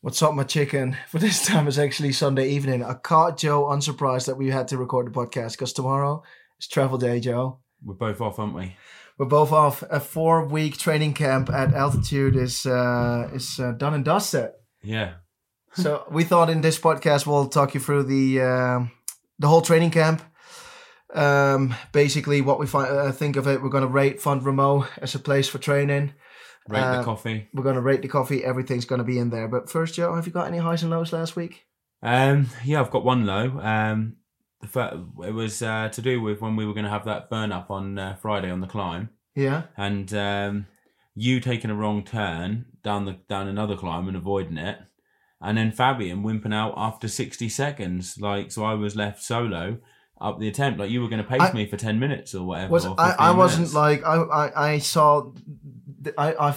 What's up, my chicken? For this time, it's actually Sunday evening. I caught Joe unsurprised that we had to record the podcast because tomorrow is travel day, Joe. We're both off, aren't we? We're both off. A four-week training camp at altitude is uh, is uh, done and dusted. Yeah. so we thought in this podcast we'll talk you through the um the whole training camp. Um, basically, what we find, uh, think of it, we're going to rate Font Rameau as a place for training. Rate Uh, the coffee. We're going to rate the coffee. Everything's going to be in there. But first, Joe, have you got any highs and lows last week? Um, yeah, I've got one low. Um, the fir- it was uh, to do with when we were going to have that burn up on uh, Friday on the climb, Yeah. and um, you taking a wrong turn down the down another climb and avoiding it, and then Fabian wimping out after sixty seconds. Like so, I was left solo up the attempt. Like you were going to pace I- me for ten minutes or whatever. Was or I, I 15 wasn't minutes. like I I, I saw th- I I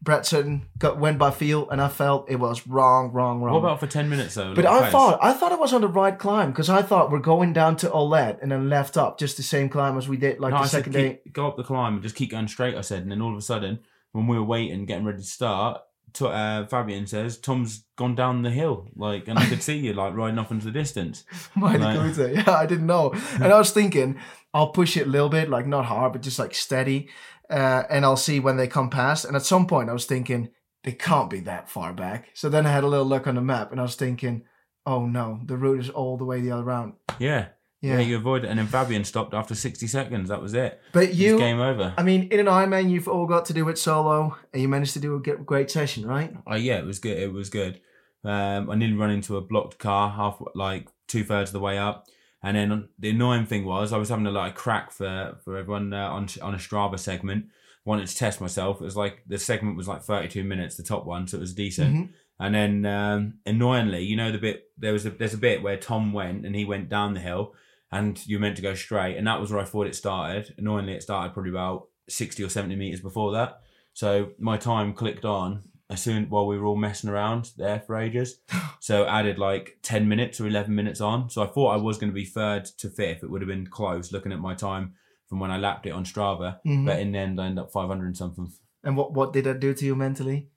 Bretton got went by feel and I felt it was wrong wrong wrong. What about for ten minutes though? but like, I pace? thought I thought I was on the right climb because I thought we're going down to Olet and then left up just the same climb as we did like no, the I said second day. keep- go up the climb and just keep going straight. I said, and then all of a sudden, when we were waiting, getting ready to start, to, uh, Fabian says, "Tom's gone down the hill." Like, and I could see you like riding off into the distance. Mighty Right. Gute. Yeah, I didn't know. And I was thinking, I'll push it a little bit, like not hard, but just like steady. Uh, and I'll see when they come past. And at some point, I was thinking, they can't be that far back. So then I had a little look on the map and I was thinking, oh no, the route is all the way the other round. Yeah, yeah, Yeah. you avoided, it. and then Fabian stopped after sixty seconds. That was it. but It was you, game over. I mean, in an Ironman, you've all got to do it solo and you managed to do a ge- great session, right? Oh yeah, it was good. It was good. Um, I nearly run into a blocked car half, like two thirds of the way up. And then the annoying thing was, I was having a like crack for for everyone uh, on on a Strava segment. Wanted to test myself. It was like the segment was like thirty two minutes, the top one, so it was decent. Mhm. And then um, annoyingly, you know the bit there was a, there's a bit where Tom went and he went down the hill, and you were meant to go straight, and that was where I thought it started. Annoyingly, it started probably about sixty or seventy meters before that. So my time clicked on as soon while we were all messing around there for ages. So added like ten minutes or eleven minutes on. So I thought I was going to be third to fifth. It would have been close looking at my time from when I lapped it on Strava, Mhm. but in the end I ended up five hundred and something. And what, what did that do to you mentally?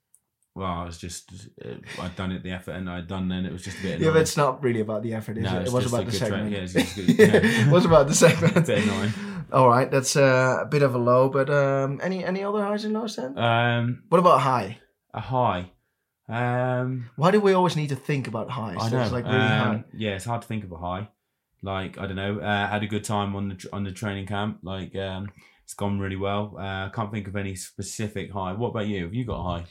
Well, I was just uh, I'd done it the effort and I'd done then it was just a bit. Yeah, Annoying. but it's not really about the effort, is No, it? It it's was just about a the good track. segment. Yeah, it's just good- yeah. it was about the segment. Bit annoying. All right, that's uh, a bit of a low, but um, any any other highs and lows then? um, what about high? a high. Um, Why do we always need to think about highs? I know. That's like really um, high. Yeah, it's hard to think of a high. Like I don't know. Uh, had a good time on the tr- on the training camp. Like um, it's gone really well. Uh, can't think of any specific high. What about you? Have you got a high?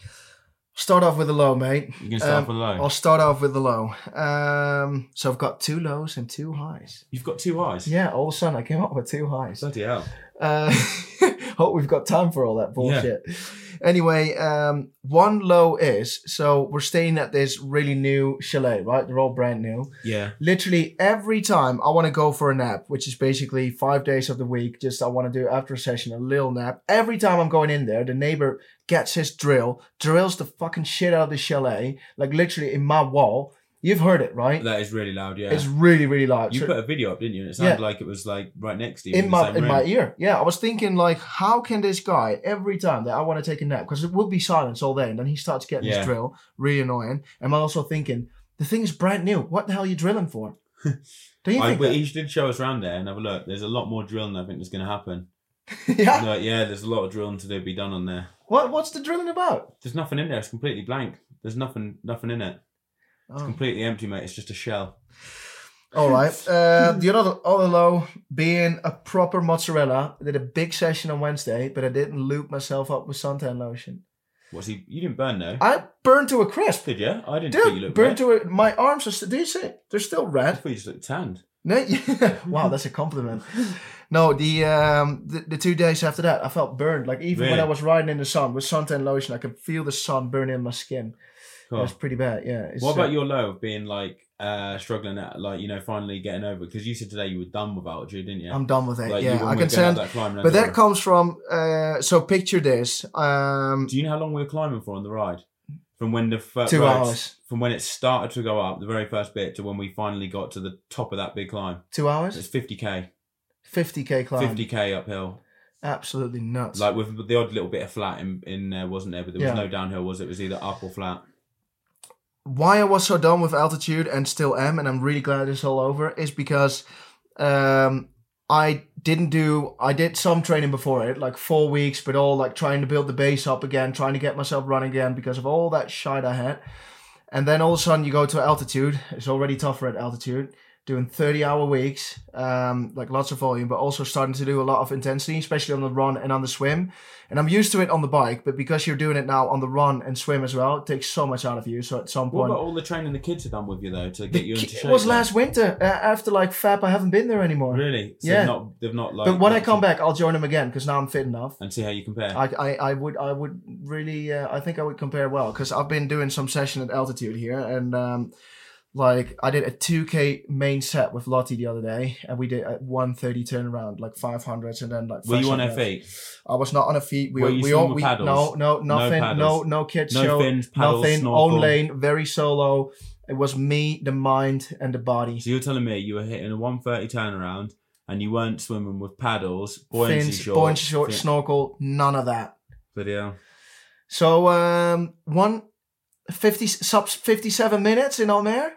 Start off with a low, mate. You can start Um, off with a low. I'll start off with the low. Um, so I've got two lows and two highs. You've got two highs. Yeah, all of a sudden I came up with two highs. Bloody hell. Uh, hope we've got time for all that bullshit. Anyway, um, one low is so we're staying at this really new chalet, right? They're all brand new. Yeah. literally every time I want to go for a nap, which is basically five days of the week, just I want to do after a session a little nap. Every time I'm going in there, the neighbor gets his drill, drills the fucking shit out of the chalet, like literally in my wall. You've heard it, right? That is really loud. Yeah. It's really, really loud. you So- put a video up, didn't you? And it Yeah. sounded like it was like right next to you in the my same in my room. ear. Yeah, I was thinking like, how can this guy every time that I want to take a nap because it would be silence all day, and then he starts getting Yeah. his drill, really annoying. And I'm also thinking the thing is brand new. What the hell are you drilling for? Do you I, think? well, he did show us around there and have a look. There's a lot more drilling I think that's going to happen. that? yeah. Like, yeah, there's a lot of drilling to do, be done on there. What What's the drilling about? There's nothing in there. It's completely blank. There's nothing, nothing in it. It's Oh. completely empty, mate. It's just a shell. All right. Uh, the other other low being a proper mozzarella. I did a big session on Wednesday, but I didn't loop myself up with suntan lotion. What's he? You didn't burn though, I burned to a crisp. did you? I didn't think you Dude, looked burned burnt. to a, my arms are. St- do you see? Theyey're still I red. thought you just looked tanned. No, yeah. wow, that's a compliment. No, the um the, the two days after that, I felt burned. Like even when Really? I was riding in the sun with suntan lotion, I could feel the sun burning my skin. Cool. That's pretty bad. Yeah. It's, What about uh, your low of being like uh struggling at like you know finally getting over? Because you said today you were done with altitude, didn't you? I'm done with it. like, you yeah, were I going can up send that climb. and But that over. comes from uh, so picture this. Um, Do you know how long we were climbing for on the ride? From when the first Two hours. From when it started to go up, the very first bit, to when we finally got to the top of that big climb. two It's hours, 50k, fifty k climb, 50k uphill. absolutely nuts. Like with the odd little bit of flat in, in there, wasn't there? But there was Yeah. no downhill, was it? It was either up or flat. why I was so done with altitude and still am, and I'm really glad it's all over, is because um, I didn't do. I did some training before it, like four weeks, but all like trying to build the base up again, trying to get myself running again because of all that shite I had. And then all of a sudden, you go to altitude. It's already tougher at altitude. Doing 30 hour weeks, um, like lots of volume, but also starting to do a lot of intensity, especially on the run and on the swim. And I'm used to it on the bike, but because you're doing it now on the run and swim as well, it takes so much out of you. So at some What point, about all the training the kids have done with you though to get you into shape? it was like? last winter uh, after like FAP. I haven't been there anymore. Really? So Yeah. They've not, they've not like. But when I come back, I'll join them again because now I'm fit enough. and see how you compare. I, I, I would I would really uh, I think I would compare well because I've been doing some session at altitude here and um, like I did a two k main set with Lottie the other day and we did a one thirty turnaround like five hundreds and then like Were you fresh on her up there. feet? I was not on her feet. We Were you we swim all with we, no paddles? no nothing no no, paddles? kids No show fins, paddles, nothing snorkel. own lane very solo. It was me the mind and the body. So you're telling me you were hitting a 130 turnaround and you weren't swimming with paddles, buoyancy Fins, shorts, buoyancy short, fin- snorkel, none of that. bloody hell. So um, one fifty subs fifty-seven minutes in Almere.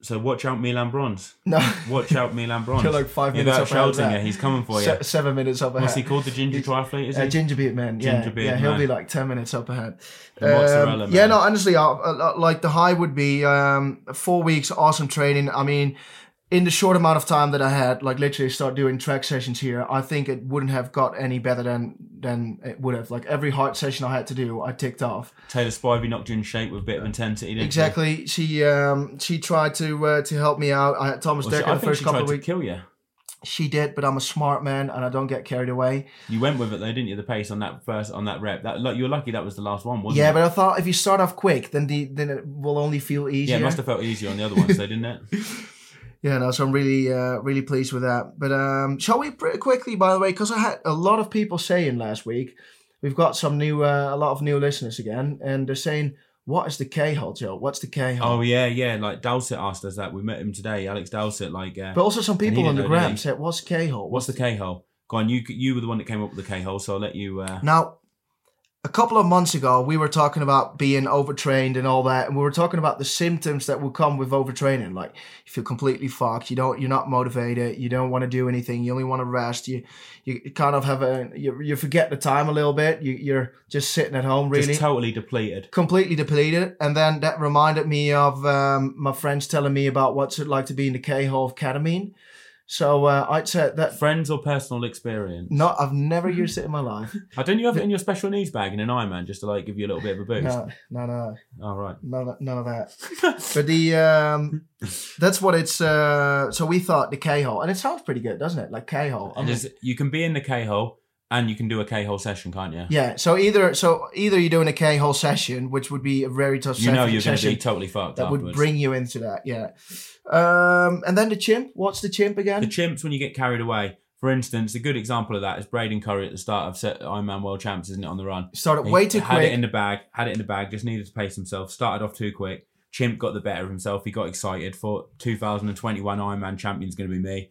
So watch out, Milan Bronze. No, Watch out, Milan Bronze. You're like five You're minutes up about ahead of shouting that. it. He's coming for you. Se- seven minutes up What's he ahead. called? The ginger He's- triathlete, is he? Uh, ginger beard man, yeah, Ginger beard yeah, he'll man. be like ten minutes up ahead. The mozzarella Um, yeah, man. no, honestly, I, I- like the high would be um, four weeks, awesome training. I mean, in the short amount of time that I had, like literally start doing track sessions here, I think it wouldn't have got any better than than it would have. Like every hard session I had to do, I ticked off. Taylor Spivey knocked you in shape with a bit of intensity, didn't she? Exactly. She um she tried to uh, to help me out. I had Thomas Well, she- Decker I the think first she couple tried of to weeks. kill you. She did, but I'm a smart man and I don't get carried away. You went with it though, didn't you? The pace on that first on that rep. That like, you were lucky that was the last one, wasn't yeah, it? but I thought if you start off quick, then the then it will only feel yeah, easier. it must have felt easier on the other ones though, didn't it? Yeah, no, so I'm really uh, really pleased with that. But um, shall we pretty quickly, by the way, because I had a lot of people saying last week, we've got some new uh, a lot of new listeners again, and they're saying, "What is the K hole, Joe? What's the K hole?" Oh yeah, yeah. Like Dowsett asked us that. We met him today, Alex Dowsett. Like, uh, But also some he people on didn't the know, did gram he? said, "What's K hole?" what's the K hole? Go on, you you were the one that came up with the K hole, so I'll let you. Uh, Now, a couple of months ago, we were talking about being overtrained and all that, and we were talking about the symptoms that will come with overtraining. Like you feel completely fucked, you don't, you're not motivated, you don't want to do anything, you only want to rest. You, you kind of have a, you, you forget the time a little bit. You, you're just sitting at home, really. Just totally depleted. Completely depleted, and then that reminded me of um, my friends telling me about what's it like to be in the K hole of ketamine. So uh, I'd say that Friends or personal experience? no, I've never used it in my life. I don't. You have it in your special needs bag in an Ironman just to like give you a little bit of a boost. No, no, no, All right. none of, none of that. But the um, that's what it's. Uh, so we thought the K hole, and it sounds pretty good, doesn't it? Like K hole. And there's- you can be in the K hole and you can do a K hole session, can't you? Yeah. So either so either you're doing a K hole session, which would be a very tough You know session- you're going to session be totally fucked that afterwards. would bring you into that. Yeah. Um, and then the chimp. What's the chimp the again? chimps when you get carried away. For instance, a good example of that is Braden Curry at the start of set Ironman World Champs, isn't it? On the run, Started He way too had it quick. in the bag. Had it in the bag. Just needed to pace himself. Started off too quick. Chimp got the better of himself. He got excited. Thought 2021 Ironman champion's going to be me,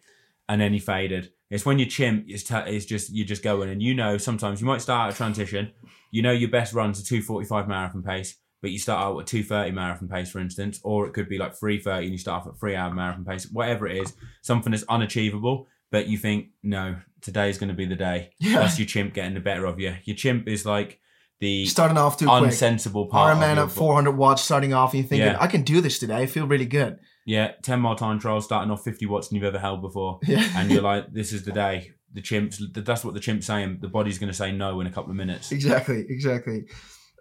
and then he faded. It's when you're chimp. It's, t- it's just you're just going, and you know sometimes you might start at a transition. You know your best runs are 245 marathon pace, but you start out at 230 marathon pace, for instance, or it could be like 330 and you start off at three hour marathon pace. Whatever it is, something that's unachievable, but you think no, today is going to be the day. Yeah. That's your chimp getting the better of you. Your chimp is like the Starting off too quick. unsensible part. Iron Man of your at 400 watts, starting off, and you're thinking, Yeah. I can do this today. I feel really good. Yeah, 10 mile time trial, starting off 50 watts than you've ever held before. Yeah. And you're like, this is the day. The chimps, that's what the chimp's saying. The body's going to say no in a couple of minutes. Exactly, exactly.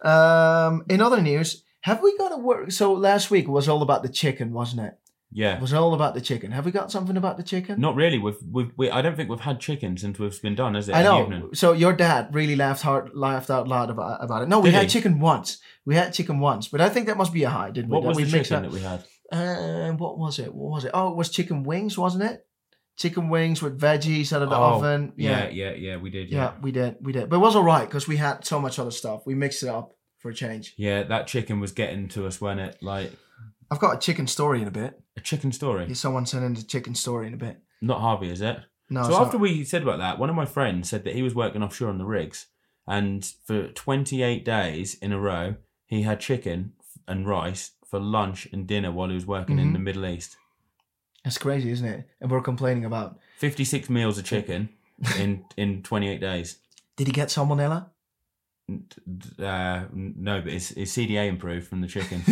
Um, in other news, have we got a word? So last week was all about the chicken, wasn't it? It Yeah. was all about the chicken. Have we got something about the chicken? Not really. We've, we've, we, I don't think we've had chicken since we've been done, has it? I in the know. evening? So your dad really laughed hard, laughed out loud about, about it. No, we Did had he? chicken once. We had chicken once, but I think that must be a high, didn't we? What That was we the mixed chicken up- that we had? Uh, what was it? What was it? Oh, it was chicken wings, wasn't it? Chicken wings with veggies out of the Oh, oven. Yeah, yeah, yeah, yeah, we did. yeah, Yeah. we did, we did. But it was all right because we had so much other stuff. We mixed it up for a change. yeah. that chicken was getting to us when it, like, I've got a chicken story in a bit. a chicken story. Yeah, someone sent in the chicken story in a bit. Not Harvey, is it? No, so after we said about that, one of my friends said that he was working offshore on the rigs, and for 28 days in a row, he had chicken and rice for lunch and dinner while he was working Mm-hmm. in the Middle East. That's crazy, isn't it? And we're complaining about. 56 meals of chicken in in 28 days. Did he get salmonella? N- d- Uh, no, but his, his CDA improved from the chicken.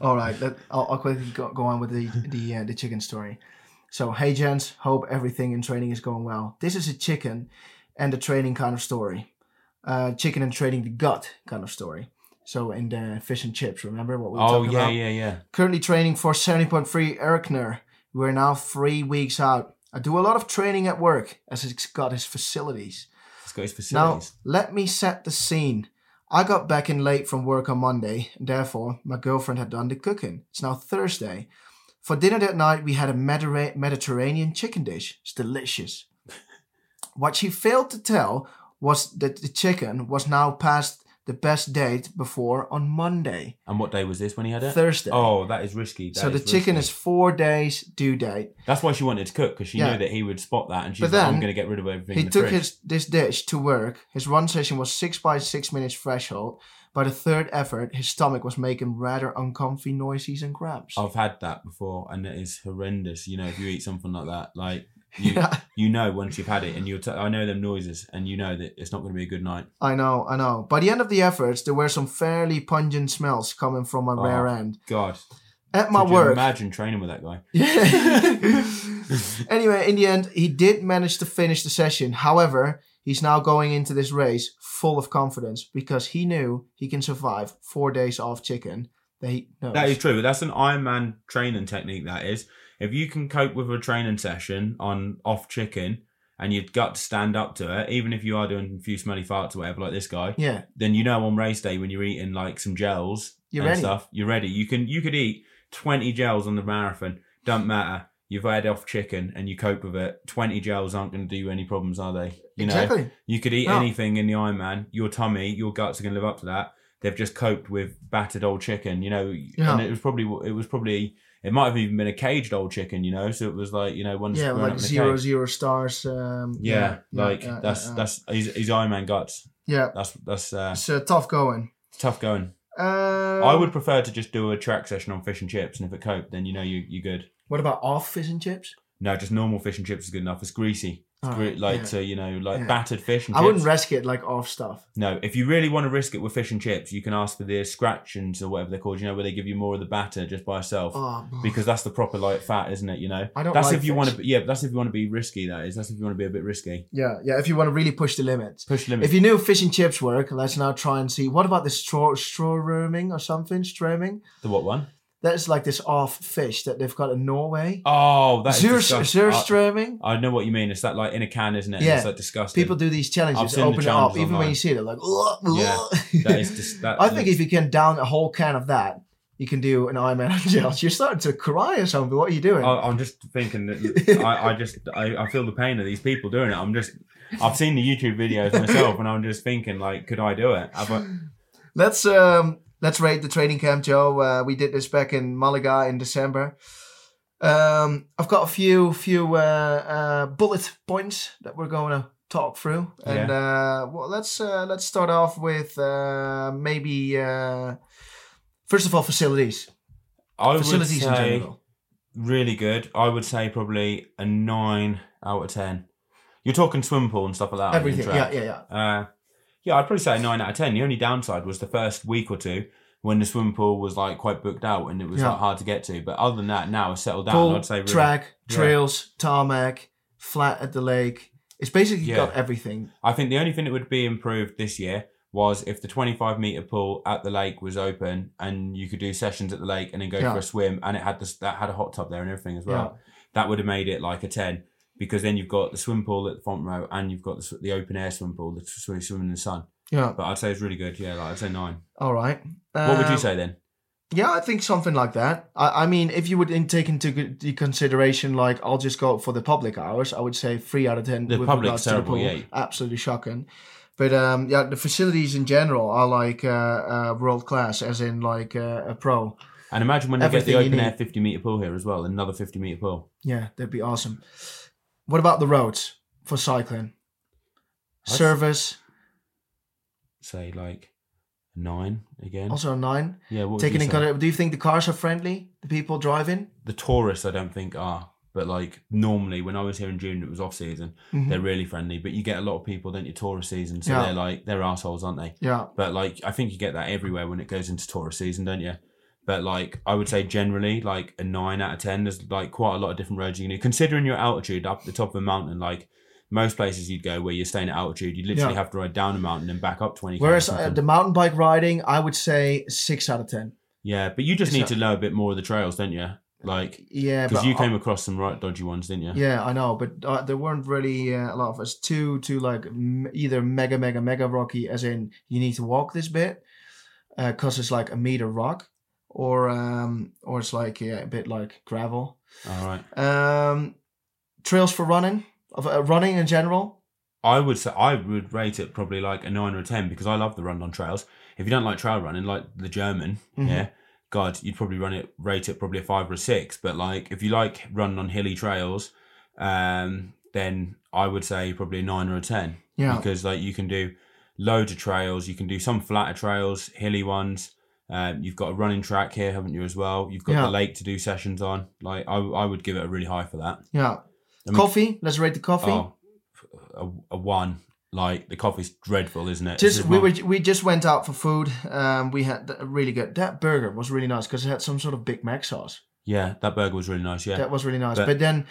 All right, let, I'll, I'll quickly go, go on with the the uh, the chicken story. So, hey gents, hope everything in training is going well. This is a chicken and the training kind of story. Uh, chicken and training the gut kind of story. So in the fish and chips, remember what we were oh, talking yeah, about? yeah, yeah. Currently training for 70.3 Erkner. We're now three weeks out. I do a lot of training at work as he's got his facilities. It's got his Now, facilities. let me set the scene. I got back in late from work on Monday, and therefore, my girlfriend had done the cooking. It's now Thursday. For dinner that night, we had a Mediterra- Mediterranean chicken dish. It's delicious. what she failed to tell was that the chicken was now past the best date before on Monday, and what day was this when he had it? Thursday. Oh, that is risky. That so the is chicken is risky. four days due date. That's why she wanted to cook because she Yeah. knew that he would spot that, and she's But like, then "I'm going to get rid of everything." in He the took fridge. his this dish to work. His run session was six by six minutes threshold. By the third effort, his stomach was making rather uncomfy noises and cramps. I've had that before, and it is horrendous. You know, if you eat something like that, like you, you know, once you've had it, and you're, t- I know them noises, and you know that it's not going to be a good night. I know, I know. By the end of the efforts, there were some fairly pungent smells coming from my Oh, rear end. God, At my could you work, Imagine training with that guy. anyway, in the end, he did manage to finish the session. However, he's now going into this race full of confidence because he knew he can survive four days off chicken. That he knows. That is true. That's an Ironman training technique. That is, if you can cope with a training session on off chicken, and you've got to stand up to it, even if you are doing a few smelly farts or whatever, like this guy. yeah, then you know on race day when you're eating like some gels You're and ready. stuff, you're ready. You can you could eat twenty gels on the marathon. Don't matter. You've had off chicken and you cope with it. Twenty gels aren't going to do you any problems, are they? You know, exactly. you could eat No. anything in the Ironman. Your tummy, your guts are going to live up to that. They've just coped with battered old chicken. You know, Yeah. and it was probably it was probably it might have even been a caged old chicken. You know, so it was like you know one that's yeah, grown up like in a zero cage. zero stars. Um, Yeah, yeah, like yeah, that's yeah, yeah. that's his, his Ironman guts. yeah. That's that's uh, It's uh, tough going. tough going. Um, I would prefer to just do a track session on fish and chips, and if it coped, then you know you you're good. What about off fish and chips? No, just normal fish and chips is good enough. It's greasy, All Gre- right, like yeah. so you know, like Yeah. battered fish and I chips. wouldn't risk it like off stuff. no, if you really want to risk it with fish and chips, you can ask for the scratchings or whatever they're called. You know, where they give you more of the batter just by itself, Oh, because that's the proper like fat, isn't it? You know, I don't that's like if you fish. want to. Yeah, but that's if you want to be risky. That is, that's if you want to be a bit risky. yeah, yeah. If you want to really push the limits. Push limits. If you knew fish and chips work, let's now try and see. What about the straw straw rooming or something? Streaming? the what one? That's like this off fish that they've got in Norway. Oh, that's Zur streaming. I, I know what you mean. It's that like in a can, isn't it? Yeah. It's like disgusting. People do these I've challenges. seen the Open it up, challenges even when online. you see it, they're like. Yeah, that is just that. I think if you can down a whole can of that, you can do an Ironman on gels. You're starting to cry or something. What are you doing? I, I'm just thinking that I, I just I, I feel the pain of these people doing it. I'm just I've seen the YouTube videos myself, and I'm just thinking like, could I do it? Have I, let's um let's rate the training camp, Joe. Uh, we did this back in Malaga in December. Um, I've got a few few uh, uh, bullet points that we're going to talk through, and uh, well, let's uh, let's start off with uh, maybe uh, first of all facilities, I would facilities in say general. really good. I would say probably a nine out of ten. You're talking swim pool and stuff like that. Everything, yeah, yeah, yeah. Uh, yeah, I'd probably say a nine out of ten. The only downside was the first week or two when the swim pool was like quite booked out and it was Yeah. like, hard to get to. But other than that, now it's settled down. pool, I'd say really, track, yeah. trails, tarmac, flat at the lake. It's basically Yeah. got everything. I think the only thing that would be improved this year was if the 25 meter pool at the lake was open and you could do sessions at the lake and then go Yeah. for a swim and it had this that had a hot tub there and everything as well. That would have made it like a 10 because then you've got the swim pool at the front row and you've got the, sw- the open air swim pool, the sw- swim in the sun. Yeah. But I'd say it's really good. Yeah, like I'd say nine. All right. What would you Um, say then? Yeah, I think something like that. I, I mean, if you would in, take into g- the consideration, like, I'll just go for the public hours, I would say three out of 10. The with public's regards to terrible, yeah. Absolutely shocking. But um, yeah, the facilities in general are like uh, uh, world class, as in like uh, a pro. And imagine when they get everything the you open air need. 50 meter pool here as well, another 50 meter pool. Yeah, that'd be awesome. What about the roads for cycling? That's- Service, Say like nine again. Also a nine. yeah, what would Taking you in say? consideration, do you think the cars are friendly? The people driving? the tourists, I don't think are. But like normally, when I was here in June, it was off season. Mhm. They're really friendly, but you get a lot of people, don't you? Tourist season, so Yeah. they're like they're assholes, aren't they? Yeah. But like, I think you get that everywhere when it goes into tourist season, don't you? But like, I would say generally, like a nine out of ten. There's like quite a lot of different roads you can do. Considering your altitude up the top of a mountain, like most places you'd go where you're staying at altitude, you literally Yeah. have to ride down a mountain and back up twenty. Whereas km uh, or something. the mountain bike riding, I would say six out of ten. yeah, but you just It's need not- to know a bit more of the trails, don't you? Like, Yeah, because but you came across some right dodgy ones, didn't you? Yeah, I know, but uh, there weren't really uh, a lot of us. Two, two like m- either mega, mega, mega rocky, as in you need to walk this bit because it's like a meter rock, or um, or it's like yeah, a bit like gravel. All right. Um, trails for running, of uh, running in general. I would say I would rate it probably like a nine or a ten because I love the run on trails. If you don't like trail running, like the German, Mhm. yeah, God, you'd probably run it rate it probably a five or a six. But like if you like running on hilly trails, um, then I would say probably a nine or a ten Yeah, because like you can do loads of trails. You can do some flatter trails, hilly ones. Um, you've got a running track here, haven't you, as well? You've got Yeah. the lake to do sessions on. Like I, I would give it a really high for that. yeah. I mean- coffee. Let's rate the coffee. Oh, a, a one. Like the coffee's dreadful, isn't it? This Just is we my- were we just went out for food. Um, we had th- really good. That burger was really nice because it had some sort of Big Mac sauce. yeah, that burger was really nice. Yeah, That was really nice. But- But, then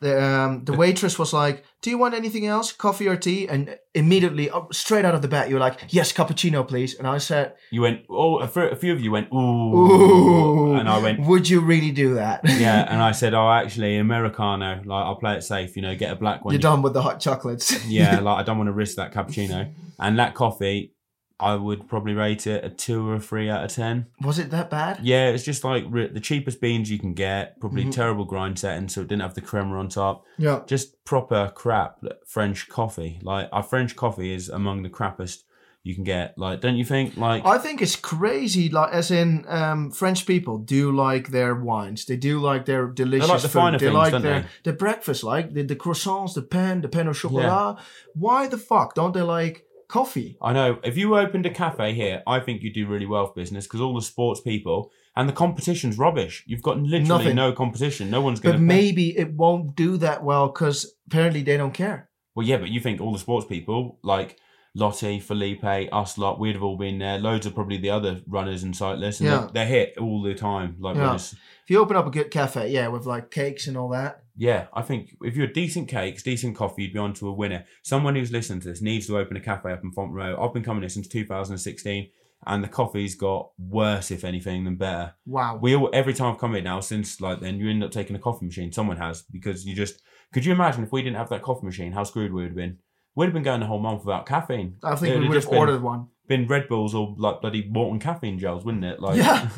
the um, the waitress was like, "Do you want anything else, coffee or tea?" And immediately, oh, straight out of the bat, you were like, "Yes, cappuccino, please." And I said, you went. Oh, a, fr- a few of you went. Ooh, "Ooh, and I went. would you really do that?" Yeah, and I said, oh, actually, americano. Like I'll play it safe. You know, get a black one. You're done with the hot chocolates. Yeah, like I don't want to risk that cappuccino and that coffee. I would probably rate it a two or a three out of ten. Was it that bad? Yeah, it's just like re- the cheapest beans you can get. Probably Mhm. terrible grind setting, so it didn't have the crema on top. Yeah. just proper crap like French coffee. Like our French coffee is among the crappest you can get. Like, don't you think? Like, I think it's crazy. Like, as in, um, French people do like their wines. They do like their delicious the food. finer they things, like don't their they? their breakfast, like the, the croissants, the pain, the pain au chocolat. Why the fuck don't they like coffee? I know if you opened a cafe here, I think you'd do really well for business because all the sports people and the competition's rubbish. You've got literally Nothing. no competition. No one's going But to. maybe it won't do that well because apparently they don't care. Well, yeah, but you think all the sports people like. Lottie, Felipe, us lot, we'd have all been there. Loads of probably the other runners and cyclists, and Yeah. they're, they're hit all the time. Like, Yeah. yeah. If you open up a good cafe, yeah, with like cakes and all that, Yeah, I think if you're decent cakes, decent coffee, you'd be onto a winner. Someone who's listening to this needs to open a cafe up in Font Row. I've been coming here since 2016, and the coffee's got worse, if anything, than better. wow. We all, every time I've come here now since like then, you end up taking a coffee machine. Someone has because you just could you imagine if we didn't have that coffee machine, how screwed we would have been. We'd have been going a whole month without caffeine. I think It'd we would just have been- ordered one. Been Red Bulls or like bloody Morton caffeine gels, wouldn't it? Like, Yeah.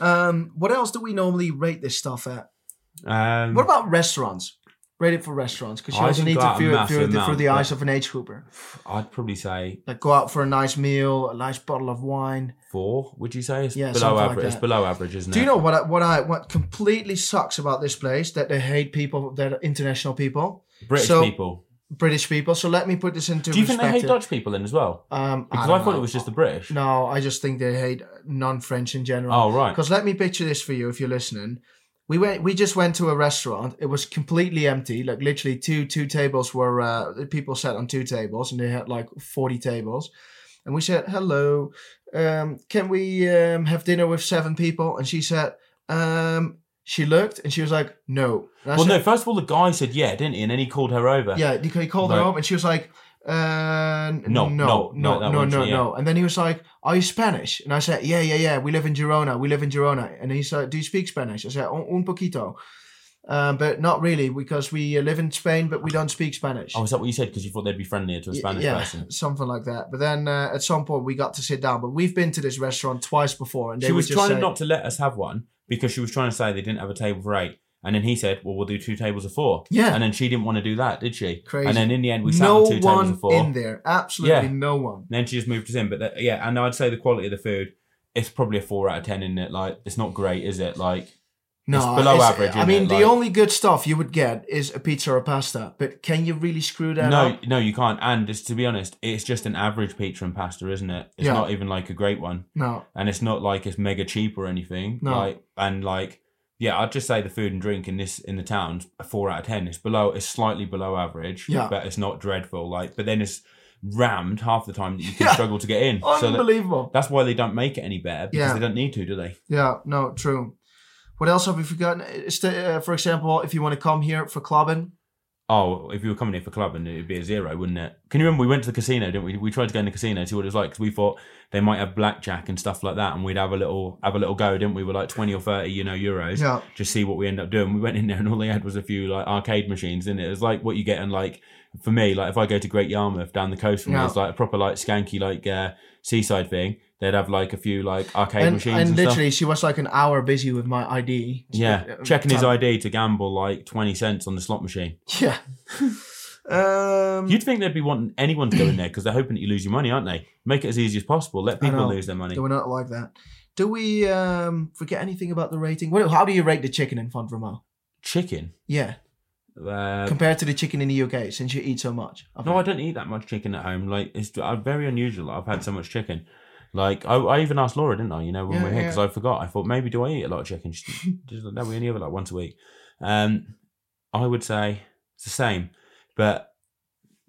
um, what else do we normally rate this stuff at? um, What about restaurants? Rate it for restaurants because you I also think need to got a view it massive through the, through amount, the but- eyes of an age grouper. I'd probably say Like go out for a nice meal, a nice bottle of wine. four. Would you say it's Yeah, below something like average? it's that. below average, isn't it? Do you know what I, what I what completely sucks about this place that they hate people that are international people, British So- people. British people. So let me put this into Do you think perspective. they hate Dutch people then as well? Um, Because I, don't thought know. it was just the British. No, I just think they hate non-French in general. Oh right. Because let me picture this for you, if you're listening. We went. We just went to a restaurant. It was completely empty. Like literally, two two tables were uh, people sat on two tables, and they had like forty tables. And we said, "Hello, um, can we um, have dinner with seven people?" And she said, um, she looked and she was like, "No." And I Well, said, no. First of all, the guy said yeah, didn't he? And then he called her over. yeah, he he called her Right. up and she was like, uh, n- No, no, no, no, no, not that no, one, no, yeah. no. And then he was like, are you Spanish? And I said, yeah, yeah, yeah. We live in Girona. We live in Girona. And he said, do you speak Spanish? I said, un, un poquito. Um, but not really because we uh, live in Spain, but we don't speak Spanish. Oh, is that what you said? Because you thought they'd be friendlier to a Y- Spanish yeah, person. something like that. But then uh, at some point we got to sit down. But we've been to this restaurant twice before, and they She would was just trying say- not to let us have one because she was trying to say they didn't have a table for eight. And then he said, "Well, we'll do two tables of four. Yeah, And then she didn't want to do that, did she? Crazy. And then in the end, we sat no on two tables one of four. in there. Absolutely Yeah. no one. And then she just moved us in. But that, yeah, and I'd say the quality of the food, it's probably a four out of ten, isn't it? Like, it's not great, is it? Like, No, It's below average, I isn't mean, it? the Like- only good stuff you would get is a pizza or pasta, but can you really screw that No, up? no, you can't. And it's, to be honest, it's just an average pizza and pasta, isn't it? It's Yeah. not even like a great one, No, and it's not like it's mega cheap or anything. No. Like and like, yeah, I'd just say the food and drink in this in the town's a four out of ten. It's below, it's slightly below average, Yeah. but it's not dreadful. Like, but then it's rammed half the time that you can Yeah. struggle to get in. So that, unbelievable. that's why they don't make it any better because Yeah. they don't need to, do they? Yeah, no, true. What else have we forgotten? Is the, uh, for example, if you want to come here for clubbing, Oh, if you were coming here for clubbing, it'd be a zero, wouldn't it? Can you remember we went to the casino, didn't we? We tried to go in the casino, see what it was like, because we thought they might have blackjack and stuff like that, and we'd have a little have a little go, didn't we? We're like twenty or thirty, you know, euros, yeah, just see what we end up doing. We went in there, and all they had was a few like arcade machines, didn't it? It was like what you get in like for me, like if I go to Great Yarmouth down the coast from Yeah. yeah. there's like a proper like skanky like uh, seaside thing. They'd have like a few like arcade and, machines and and, stuff. literally she was like an hour busy with my ID. Yeah, Uh, checking his ID to gamble like twenty cents on the slot machine. Yeah. um, You'd think they'd be wanting anyone to go in there because they're hoping that you lose your money, aren't they? Make it as easy as possible. Let I people know. lose their money. do we not like that? Do we um, forget anything about the rating? What, how do you rate the chicken in Fondramal? Chicken. Yeah, Uh, compared to the chicken in the UK, since you eat so much. I've no, I heard. don't eat that much chicken at home. Like it's uh, very unusual. that I've had so much chicken. Like I, I even asked Laura, didn't I? You know when Yeah, we we're here because yeah. I forgot. I thought maybe do I eat a lot of chicken? She, she's like, no, we only have it like once a week. Um, I would say it's the same, but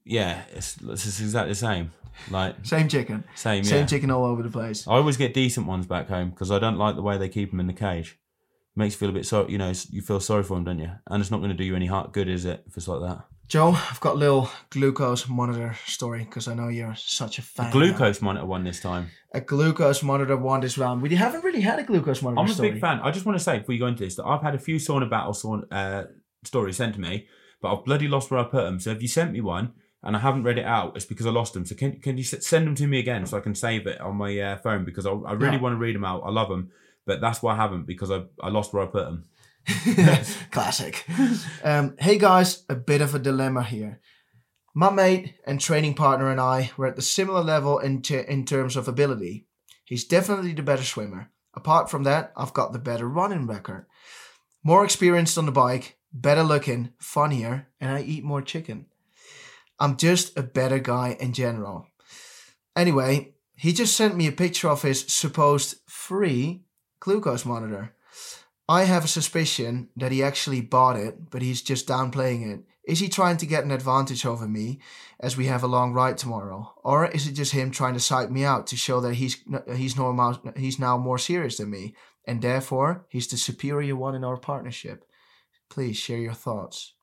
yeah, it's it's exactly the same. Like same chicken, same, same yeah. chicken all over the place. I always get decent ones back home because I don't like the way they keep them in the cage. makes you feel a bit sorry, you know, you feel sorry for them, don't you? And it's not going to do you any heart good, is it, if it's like that? Joe, I've got a little glucose monitor story because I know you're such a fan. A glucose monitor one this time. a glucose monitor one this round. We haven't really had a glucose monitor. I'm a story. big fan. I just want to say before you go into this that I've had a few sauna battle sauna, uh, stories sent to me, but I've bloody lost where I put them. So if you sent me one and I haven't read it out, it's because I lost them. So can can you s- send them to me again so I can save it on my uh, phone because I, I really Yeah. want to read them out. I love them, but that's why I haven't because I I lost where I put them. Classic. Um, hey guys, a bit of a dilemma here. My mate and training partner and I were at the similar level in, t- in terms of ability. He's definitely the better swimmer. Apart from that, I've got the better running record. More experienced on the bike, better looking, funnier, and I eat more chicken. I'm just a better guy in general. Anyway, he just sent me a picture of his supposed free glucose monitor. I have a suspicion that he actually bought it, but he's just downplaying it. Is he trying to get an advantage over me as we have a long ride tomorrow? Or is it just him trying to side me out to show that he's he's normal he's now more serious than me and therefore he's the superior one in our partnership? Please share your thoughts.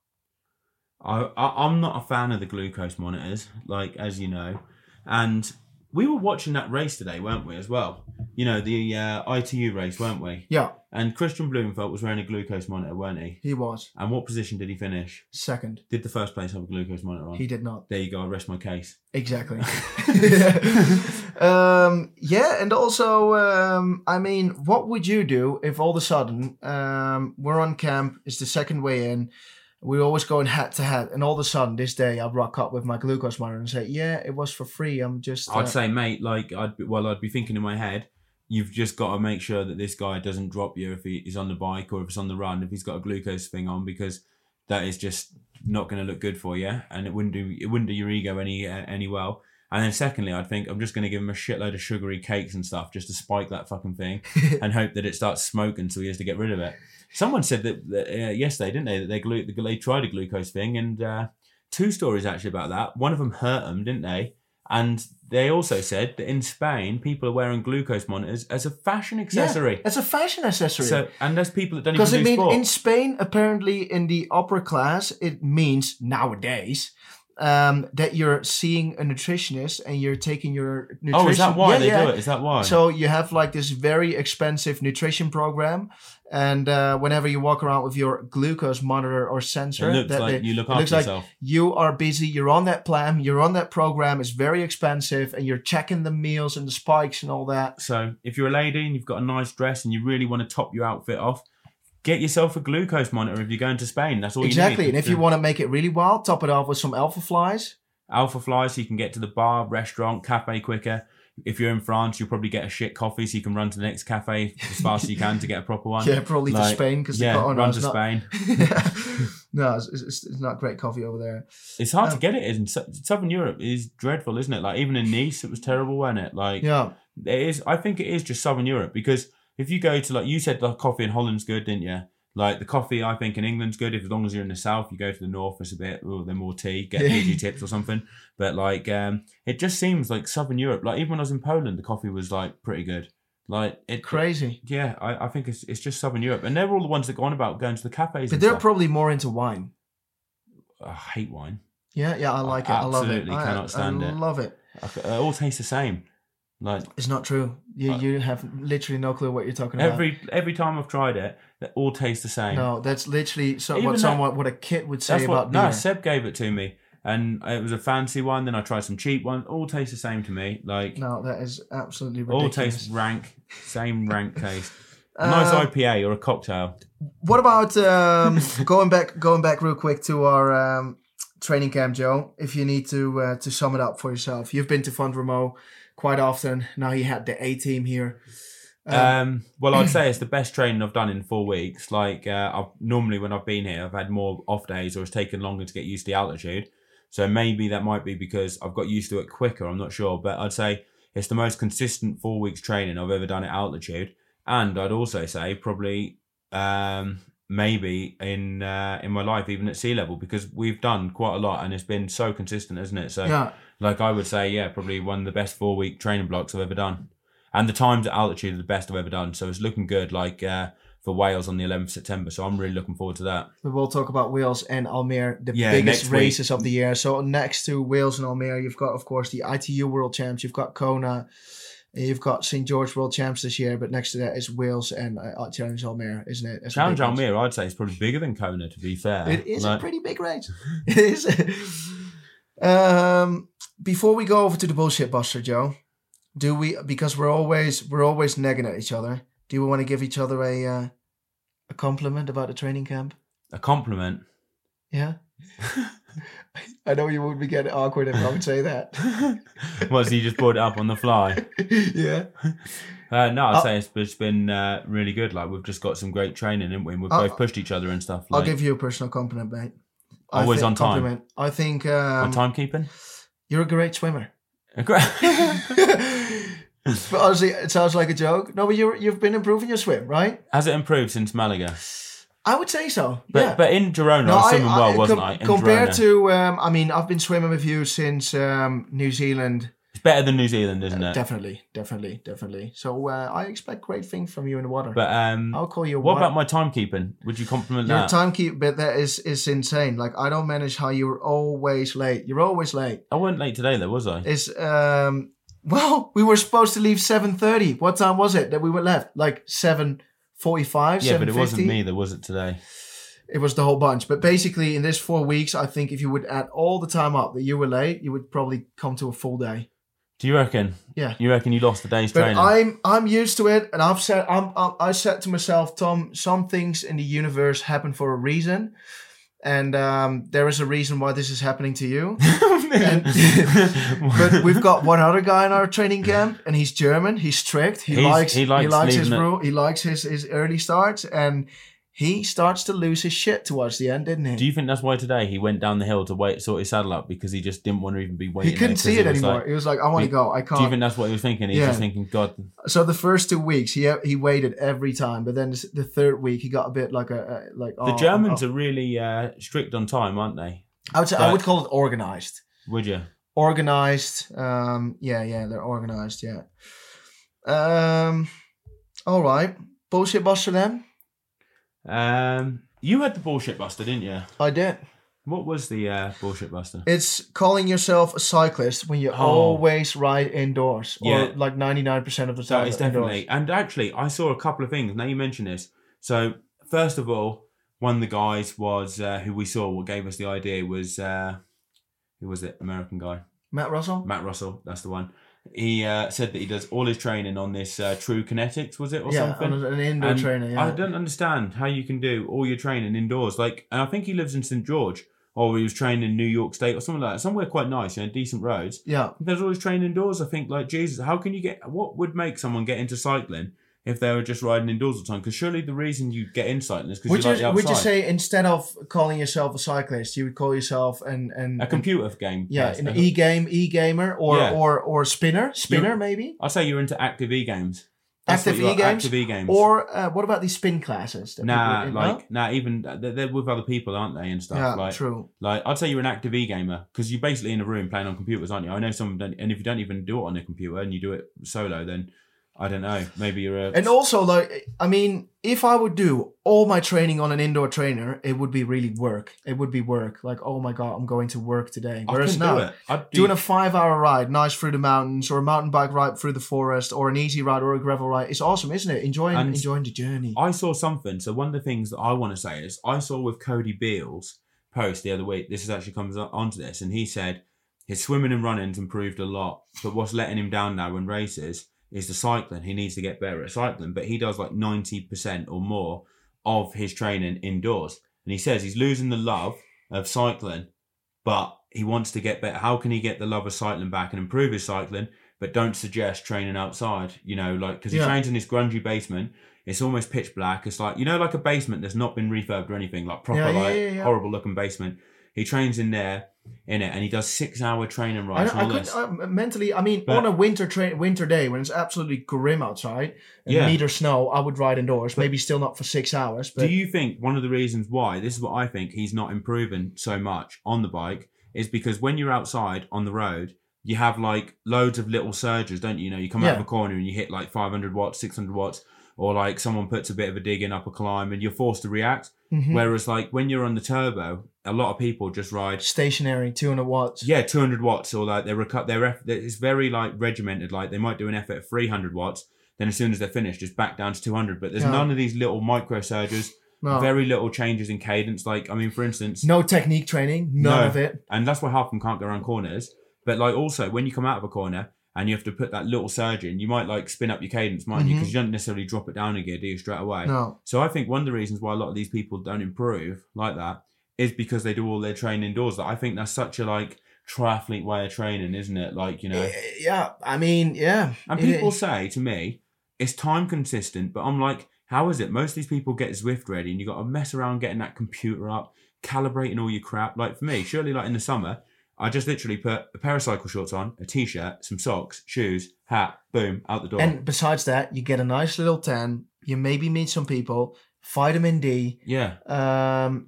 I, I I'm not a fan of the glucose monitors, like as you know, and we were watching that race today, weren't we? As well, you know the uh, ITU race, weren't we? Yeah, And Christian Blumenfeld was wearing a glucose monitor, weren't he? he was And what position did he finish? second. Did the first place have a glucose monitor on? He did not. there you go. I rest my case. Exactly. um, yeah, and also, um, I mean, what would you do if all of a sudden um, we're on camp, it's the second way in, we're always going head to head, and all of a sudden this day I rock up with my glucose monitor and say, yeah, it was for free, I'm just... uh, I'd say, mate, like I'd be, well, I'd be thinking in my head, you've just got to make sure that this guy doesn't drop you if he is on the bike or if it's on the run, if he's got a glucose thing on, because that is just not going to look good for you, and it wouldn't do it wouldn't do your ego any uh, any well. And then secondly, I'd think I'm just going to give him a shitload of sugary cakes and stuff just to spike that fucking thing, and hope that it starts smoking so he has to get rid of it. Someone said that, that uh, yesterday, didn't they? That they glu- they tried a glucose thing, and uh, two stories actually about that. One of them hurt them, didn't they? And they also said that in Spain, people are wearing glucose monitors as a fashion accessory. It's a fashion accessory. So, and there's people that don't even because do it mean sport. in Spain, apparently in the upper class, it means nowadays um, that you're seeing a nutritionist and you're taking your nutrition. oh, is that why Yeah, they yeah. do it? Is that why? So you have like this very expensive nutrition program, and uh, whenever you walk around with your glucose monitor or it sensor, looks that like they- you look it looks after like yourself. you are busy. You're on that plan. You're on that program. It's very expensive, and you're checking the meals and the spikes and all that. So if you're a lady and you've got a nice dress and you really want to top your outfit off, get yourself a glucose monitor if you're going to Spain. That's all exactly. you And need. if you want to make it really wild, top it off with some alpha flies. Alpha Fly so you can get to the bar, restaurant, cafe quicker. If you're in France, you'll probably get a shit coffee, so you can run to the next cafe as fast as you can to get a proper one. Yeah, probably to Like, Spain because yeah, got on run it's to not- Spain. no, it's, it's, it's not great coffee over there. It's hard to Um, get it in Sou- Southern Europe. Is dreadful, isn't it? Like even in Nice, it was terrible, wasn't it? Like Yeah, it is. I think it is just Southern Europe because if you go to like you said, the coffee in Holland's good, didn't you? Like the coffee, I think in England's good. If as long as you're in the south, you go to the north. It's a bit. Oh, they're more tea. Get Yeah. PG tips or something. But like, um, it just seems like Southern Europe. Like even when I was in Poland, the coffee was like pretty good. Like it. crazy. Yeah, I, I think it's it's just Southern Europe, and they're all the ones that go on about going to the cafes. But and they're stuff. probably more into wine. I hate wine. Yeah, yeah, I like it. I love it. Absolutely I, cannot stand I it. love it. I c- It all tastes the same. Like It's not true. You Uh, you have literally no clue what you're talking about. every every time I've tried it, they all taste the same. No, that's literally so, Even what that- someone what a kid would say That's about what. beer. No, Seb gave it to me, and it was a fancy one. Then I tried some cheap one. All taste the same to me. Like No, that is absolutely all ridiculous. taste rank, same rank taste. A nice Uh, IPA or a cocktail. What about um, going back? Going back real quick to our um, training camp, Joe. If you need to uh, to sum it up for yourself, you've been to Fondremo quite often. Now he had the A team here. Um, Um, well, I'd say it's the best training I've done in four weeks. Like uh, I've normally when I've been here, I've had more off days or it's taken longer to get used to the altitude. So maybe that might be because I've got used to it quicker. I'm not sure, but I'd say it's the most consistent four weeks training I've ever done at altitude. And I'd also say probably um, maybe in uh, in my life, even at sea level, because we've done quite a lot and it's been so consistent, isn't it? So yeah, like I would say, yeah, probably one of the best four week training blocks I've ever done. And the times at altitude are the best I've ever done. So it's looking good, like uh, for Wales on the 11th of September. So I'm really looking forward to that. we will talk about Wales and Almere, the Yeah, biggest next week. races of the year. So next to Wales and Almere, you've got of course the ITU World Champs. You've got Kona. and You've got St George World Champs this year, but next to that is Wales and uh, Challenge Almere, isn't it? It's a Challenge big one. Almere, I'd say, is probably bigger than Kona, to be fair. It is Like, a pretty big race. It is. um, before we go over to the bullshit buster, Joe, do we? Because we're always we're always nagging at each other. Do we want to give each other a uh, a compliment about the training camp? a compliment. Yeah. I know you would be getting awkward if I would say that. well, so you just brought it up on the fly. yeah. Uh, no, I'd I'll- say it's, it's been uh, really good. Like, we've just got some great training, haven't we? And we've I'll- both pushed each other and stuff. I'll Like, give you a personal compliment, mate. I Always thi- on time. Compliment. I think um, on timekeeping. you're a great swimmer. Great. but honestly, it sounds like a joke. No, but you you've been improving your swim, right? Has it improved since Malaga? I would say so. But, yeah. but in Girona, I was swimming well, wasn't com- I? In compared Girona. to, um, I mean, I've been swimming with you since um, New Zealand. It's better than New Zealand, isn't Uh, it? Definitely, definitely, definitely. So uh, I expect great things from you in the water. But um, I'll call you. what one- about my timekeeping? Would you compliment your that? timekeeper? But that is is insane. Like I don't manage how you're always late. You're always late. I wasn't late today, though, was I? It's um. Well, we were supposed to leave seven thirty. What time was it that we were left? Like seven forty-five, yeah, seven but fifty. it wasn't me, though, was it today? It was the whole bunch. But basically, in this four weeks, I think if you would add all the time up that you were late, you would probably come to a full day. Do you reckon? Yeah. You reckon you lost the day's But training? I'm I'm used to it, and I've said I'm, i I said to myself, Tom, some things in the universe happen for a reason, and um, there is a reason why this is happening to you. But we've got one other guy in our training camp, and he's German. He's strict. He He's- likes he he likes likes, his leaving it- rule. He likes his his early starts, and he starts to lose his shit towards the end, didn't he? Do you think that's why today he went down the hill to wait, sort his saddle up because he just didn't want to even be waiting? he there couldn't 'cause see he it was anymore. like- he was like, "I want to Do- go. I do you can't." think that's what he was thinking? He's Yeah. just thinking, God, so the first two weeks, he he waited every time, but then the third week, he got a bit like a, a like. oh, the Germans are really uh, strict on time, aren't they? I would say, I would call it organized. Would you? Organized. Um. Yeah. Yeah. They're organized. Yeah. Um. All right. Bullshit buster. Then Um, you had the bullshit buster, didn't you? I did. What was the uh, bullshit buster? It's calling yourself a cyclist when you Oh. always ride indoors, Yeah. or like ninety nine percent of the time. That is definitely. And actually, I saw a couple of things. Now you mention this. So first of all, one of the guys was uh, who we saw. What gave us the idea was uh, who was it? American guy, Matt Russell. Matt Russell. That's the one. He uh, said that he does all his training on this uh, True Kinetics, was it or yeah, something? an, an indoor And trainer. Yeah. I don't understand how you can do all your training indoors. Like, and I think he lives in St George. or he was training in New York State or something like that, somewhere quite nice, you know, decent roads. Yeah. There's always training indoors. I think like Jesus, how can you get? What would make someone get into cycling if they were just riding indoors all the time? Because surely the reason you get into cycling is because Would you you, like the outside. would you say instead of calling yourself a cyclist, you would call yourself an an, a computer game? Uh-huh. yeah person. an e game e gamer or Yeah. or or spinner spinner maybe I say you're into active e games. That's what Active you are, e-games? Active e games. or uh, what about these spin classes? that nah, people- like nah, even they're, they're with other people, aren't they? And stuff. yeah, like, true. Like I'd say you're an active e-gamer because you're basically in a room playing on computers, aren't you? I know some, don't, and if you don't even do it on a computer and you do it solo, then I don't know. Maybe you're a And also, like, I mean, if I would do all my training on an indoor trainer, it would be really work. It would be work. Like, oh my god, I'm going to work today. I Whereas couldn't now, do it. I'd do, doing a five-hour ride, nice through the mountains, or a mountain bike ride through the forest, or an easy ride, or a gravel ride, it's awesome, isn't it? Enjoying And- enjoying the journey. I saw something. So one of the things that I want to say is I saw with Cody Beals post the other week. This is actually comes on- onto this, and he said his swimming and running's improved a lot, but what's letting him down now in races is the cycling. He needs to get better at cycling, but he does like ninety percent or more of his training indoors, and he says he's losing the love of cycling, but he wants to get better. How can he get the love of cycling back and improve his cycling? But don't suggest training outside, you know, like because he Yeah. trains in his grungy basement. It's almost pitch black. It's like you know, like a basement that's not been refurbed or anything, like proper, Yeah, yeah, like yeah, yeah. horrible looking basement. He trains in there, in it, and he does six hour training I, rides. don't- I and all couldn't this. I, mentally. I mean, But- on a winter train, winter day when it's absolutely grim outside, and Yeah. meter snow, I would ride indoors. Maybe still not for six hours, but Do you think one of the reasons why this is what I think he's not improving so much on the bike is because when you're outside on the road, you have like loads of little surges, don't you? You know, you come out of Yeah. a corner and you hit like 500 watts, 600 watts, or like someone puts a bit of a dig in up a climb and you're forced to react. Mhm. Whereas like when you're on the turbo, a lot of people just ride stationary, two hundred watts. yeah, 200 watts or like they recut their effort. It's very like regimented. Like they might do an effort at 300 watts. Then as soon as they're finished, just back down to 200. But there's Yeah. none of these little micro surges, No. very little changes in cadence. Like, I mean, for instance, no technique training, none No. of it. and that's why half of them can't go around corners. But like also when you come out of a corner and you have to put that little surge in, you might like spin up your cadence, might you? Mhm. Because you don't necessarily drop it down a gear, do you, straight away? No, So I think one of the reasons why a lot of these people don't improve like that is because they do all their training indoors. Like I think that's such a like triathlete way of training, isn't it? Like you know, Eh, yeah. I mean, yeah. and It- people say to me, it's time consistent, but I'm like, how is it? Most of these people get Zwift ready and you got to mess around getting that computer up, calibrating all your crap. Like for me, surely like in the summer, I just literally put a pair of cycle shorts on, a t-shirt, some socks, shoes, hat, boom, out the door. And besides that, you get a nice little tan. You maybe meet some people. Vitamin D. yeah. Um,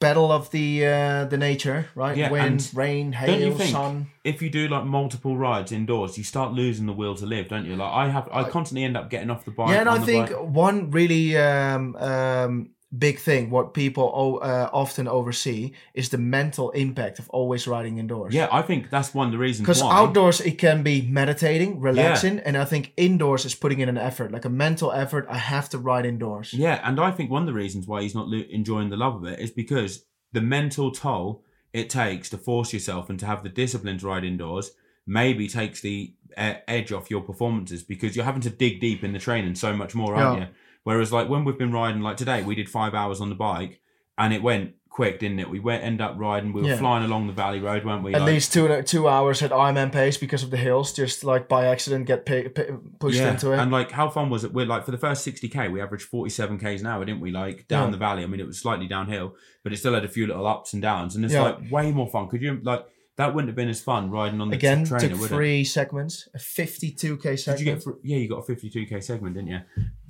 battle of the uh, the nature, right? Yeah, Wind, and rain, you hail, think- sun. If you do like multiple rides indoors, you start losing the will to live, don't you? Like I have I I- constantly end up getting off the bike. yeah, and I on the think bike. one really um, um, big thing, what people o- uh, often oversee, is the mental impact of always riding indoors. Yeah, I think that's one of the reasons Because why. outdoors it can be meditating, relaxing, and I think indoors is putting in an effort, like a mental effort. I have to ride indoors. Yeah, and I think one of the reasons why he's not lo- enjoying the love of it is because the mental toll it takes to force yourself and to have the discipline to ride indoors maybe takes the uh, edge off your performances because you're having to dig deep in the training so much more, aren't Yeah. you? Whereas, like when we've been riding, like today, we did five hours on the bike and it went quick, didn't it? We went end up riding, we were Yeah. flying along the valley road, weren't we? At Like, least two two hours at Ironman pace because of the hills, just like by accident get pa- pa- pushed into it. And like, how fun was it? We're like, for the first 60k, we averaged 47 k's an hour, didn't we? Like, down Yeah. the valley. I mean, it was slightly downhill, but it still had a few little ups and downs. And it's Yeah. like way more fun. Could you, like, that wouldn't have been as fun riding on the Again, trainer, took would it? three segments, a 52k Did you get, segment fr- yeah, you got a 52k segment, didn't you?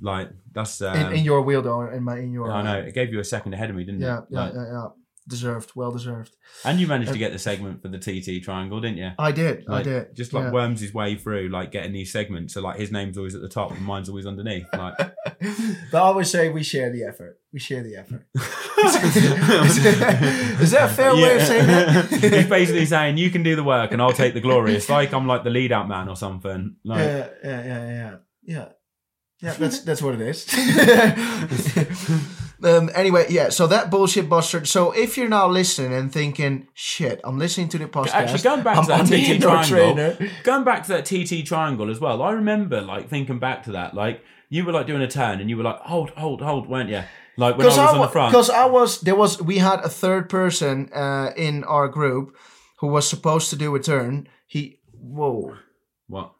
Like, that's, um, in, in your wheel though, in my in your. uh, I know, it gave you a second ahead of me, didn't Yeah, it? yeah, Uh, Like, yeah, yeah. Deserved, well deserved. And you managed to get the segment for the TT triangle, didn't you? I did, Like, I did. Just like yeah. worms his way through, like getting these segments. So like his name's always at the top and mine's always underneath. Like But I always say we share the effort. We share the effort. Is that a fair way of saying that? He's basically saying you can do the work and I'll take the glory. It's like I'm like the lead out man or something. Like, Yeah, yeah, yeah, yeah, yeah. Yeah, that's that's what it is. um, anyway, yeah. So that bullshit bastard. So if you're now listening and thinking, shit, I'm listening to the podcast. Actually, going back I'm to that on the TT indoor triangle, trainer. going back to that TT triangle as well. I remember like thinking back to that, like You were like doing a turn and you were like, hold, hold, hold, weren't you? Like when I Because was I, on the front. because I was there was we had a third person uh, in our group who was supposed to do a turn. He whoa What?